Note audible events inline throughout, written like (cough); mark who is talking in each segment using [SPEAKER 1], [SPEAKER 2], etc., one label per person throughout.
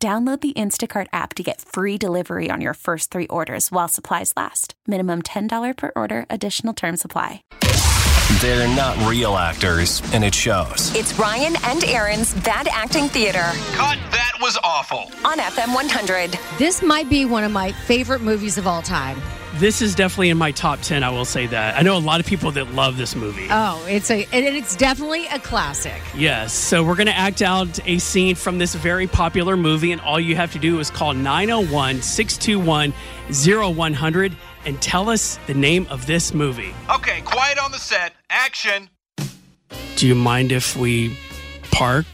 [SPEAKER 1] Download the Instacart app to get free delivery on your first three orders while supplies last. Minimum $10 per order, additional term supply.
[SPEAKER 2] They're not real actors, and it shows.
[SPEAKER 3] It's Ryan and Aaron's Bad Acting Theater
[SPEAKER 4] Cut, that was awful.
[SPEAKER 3] on FM 100.
[SPEAKER 5] This might be one of my favorite movies of all time.
[SPEAKER 6] This is definitely in my top 10, I will say that. I know a lot of people that love this movie.
[SPEAKER 5] Oh, it's a and it's definitely a classic.
[SPEAKER 6] yes, so we're going to act out a scene from this very popular movie, and all you have to do is call 901 621 0100 and tell us the name of this movie.
[SPEAKER 4] Okay, quiet on the set. Action.
[SPEAKER 6] Do you mind if we park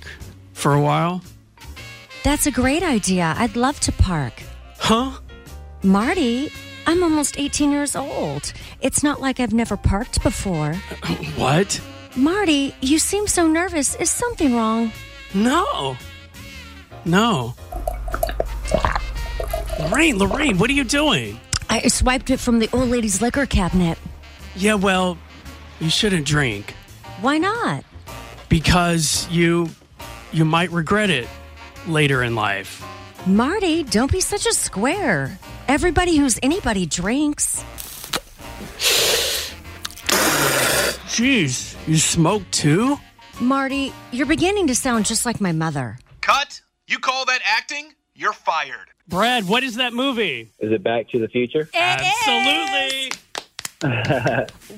[SPEAKER 6] for a while?
[SPEAKER 7] That's a great idea. I'd love to park.
[SPEAKER 6] Huh?
[SPEAKER 7] Marty, I'm almost 18 years old. It's not like I've never parked before.
[SPEAKER 6] What?
[SPEAKER 7] Marty, you seem so nervous. Is something wrong?
[SPEAKER 6] No. No. Lorraine, Lorraine, what are you doing?
[SPEAKER 7] I swiped it from the old lady's liquor cabinet.
[SPEAKER 6] Yeah, well, you shouldn't drink.
[SPEAKER 7] Why not?
[SPEAKER 6] because you you might regret it later in life.
[SPEAKER 7] Marty, don't be such a square. Everybody who's anybody drinks.
[SPEAKER 6] Jeez, you smoke too?
[SPEAKER 7] Marty, you're beginning to sound just like my mother.
[SPEAKER 4] Cut. You call that acting? You're fired.
[SPEAKER 6] Brad, what is that movie?
[SPEAKER 8] Is it Back to the Future?
[SPEAKER 6] Absolutely.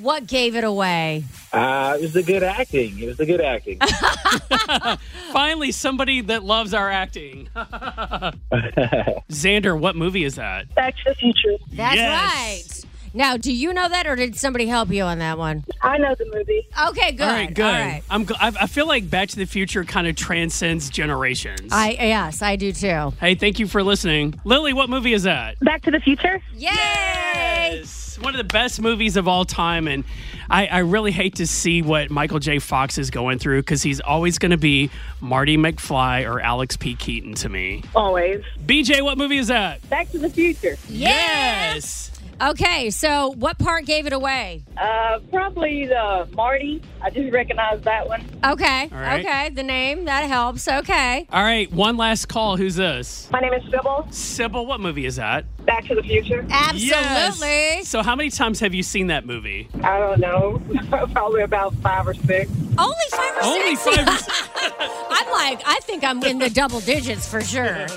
[SPEAKER 5] What gave it away?
[SPEAKER 8] Uh, it was the good acting. It was the good acting.
[SPEAKER 6] Finally somebody that loves our (laughs) acting. Xander, what movie is that?
[SPEAKER 9] Back to the Future.
[SPEAKER 5] That's
[SPEAKER 6] Yes.
[SPEAKER 5] right. Now, do you know that, or did somebody help you on that one?
[SPEAKER 9] I know the movie.
[SPEAKER 5] Okay, good.
[SPEAKER 6] All right, good.
[SPEAKER 5] All right.
[SPEAKER 6] I'm gl- I, I feel like Back to the Future kind of transcends generations.
[SPEAKER 5] I yes, I do too.
[SPEAKER 6] hey, thank you for listening. Lily, what movie is that?
[SPEAKER 9] Back to the Future?
[SPEAKER 5] Yay!
[SPEAKER 6] Yes. One of the best movies of all time. And I, I really hate to see what Michael J. Fox is going through because he's always going to be Marty McFly or Alex P. Keaton to me.
[SPEAKER 9] Always.
[SPEAKER 6] BJ, what movie is that?
[SPEAKER 9] Back to the Future.
[SPEAKER 6] Yes.
[SPEAKER 5] Okay, so what part gave it away?
[SPEAKER 9] Uh, probably the Marty. I just recognize that one.
[SPEAKER 5] Okay,
[SPEAKER 6] All right.
[SPEAKER 5] okay, the name that helps. Okay,
[SPEAKER 6] All right, one last call. Who's this?
[SPEAKER 9] My name is Sybil.
[SPEAKER 6] Sybil, what movie is that?
[SPEAKER 9] Back to the Future.
[SPEAKER 5] absolutely.
[SPEAKER 6] Yes. So, how many times have you seen that movie?
[SPEAKER 9] I don't know. (laughs) probably about five or six.
[SPEAKER 5] Only five or
[SPEAKER 6] Only
[SPEAKER 5] six.
[SPEAKER 6] five.
[SPEAKER 5] (laughs) I'm like, I think I'm in the double digits for sure.
[SPEAKER 10] (laughs)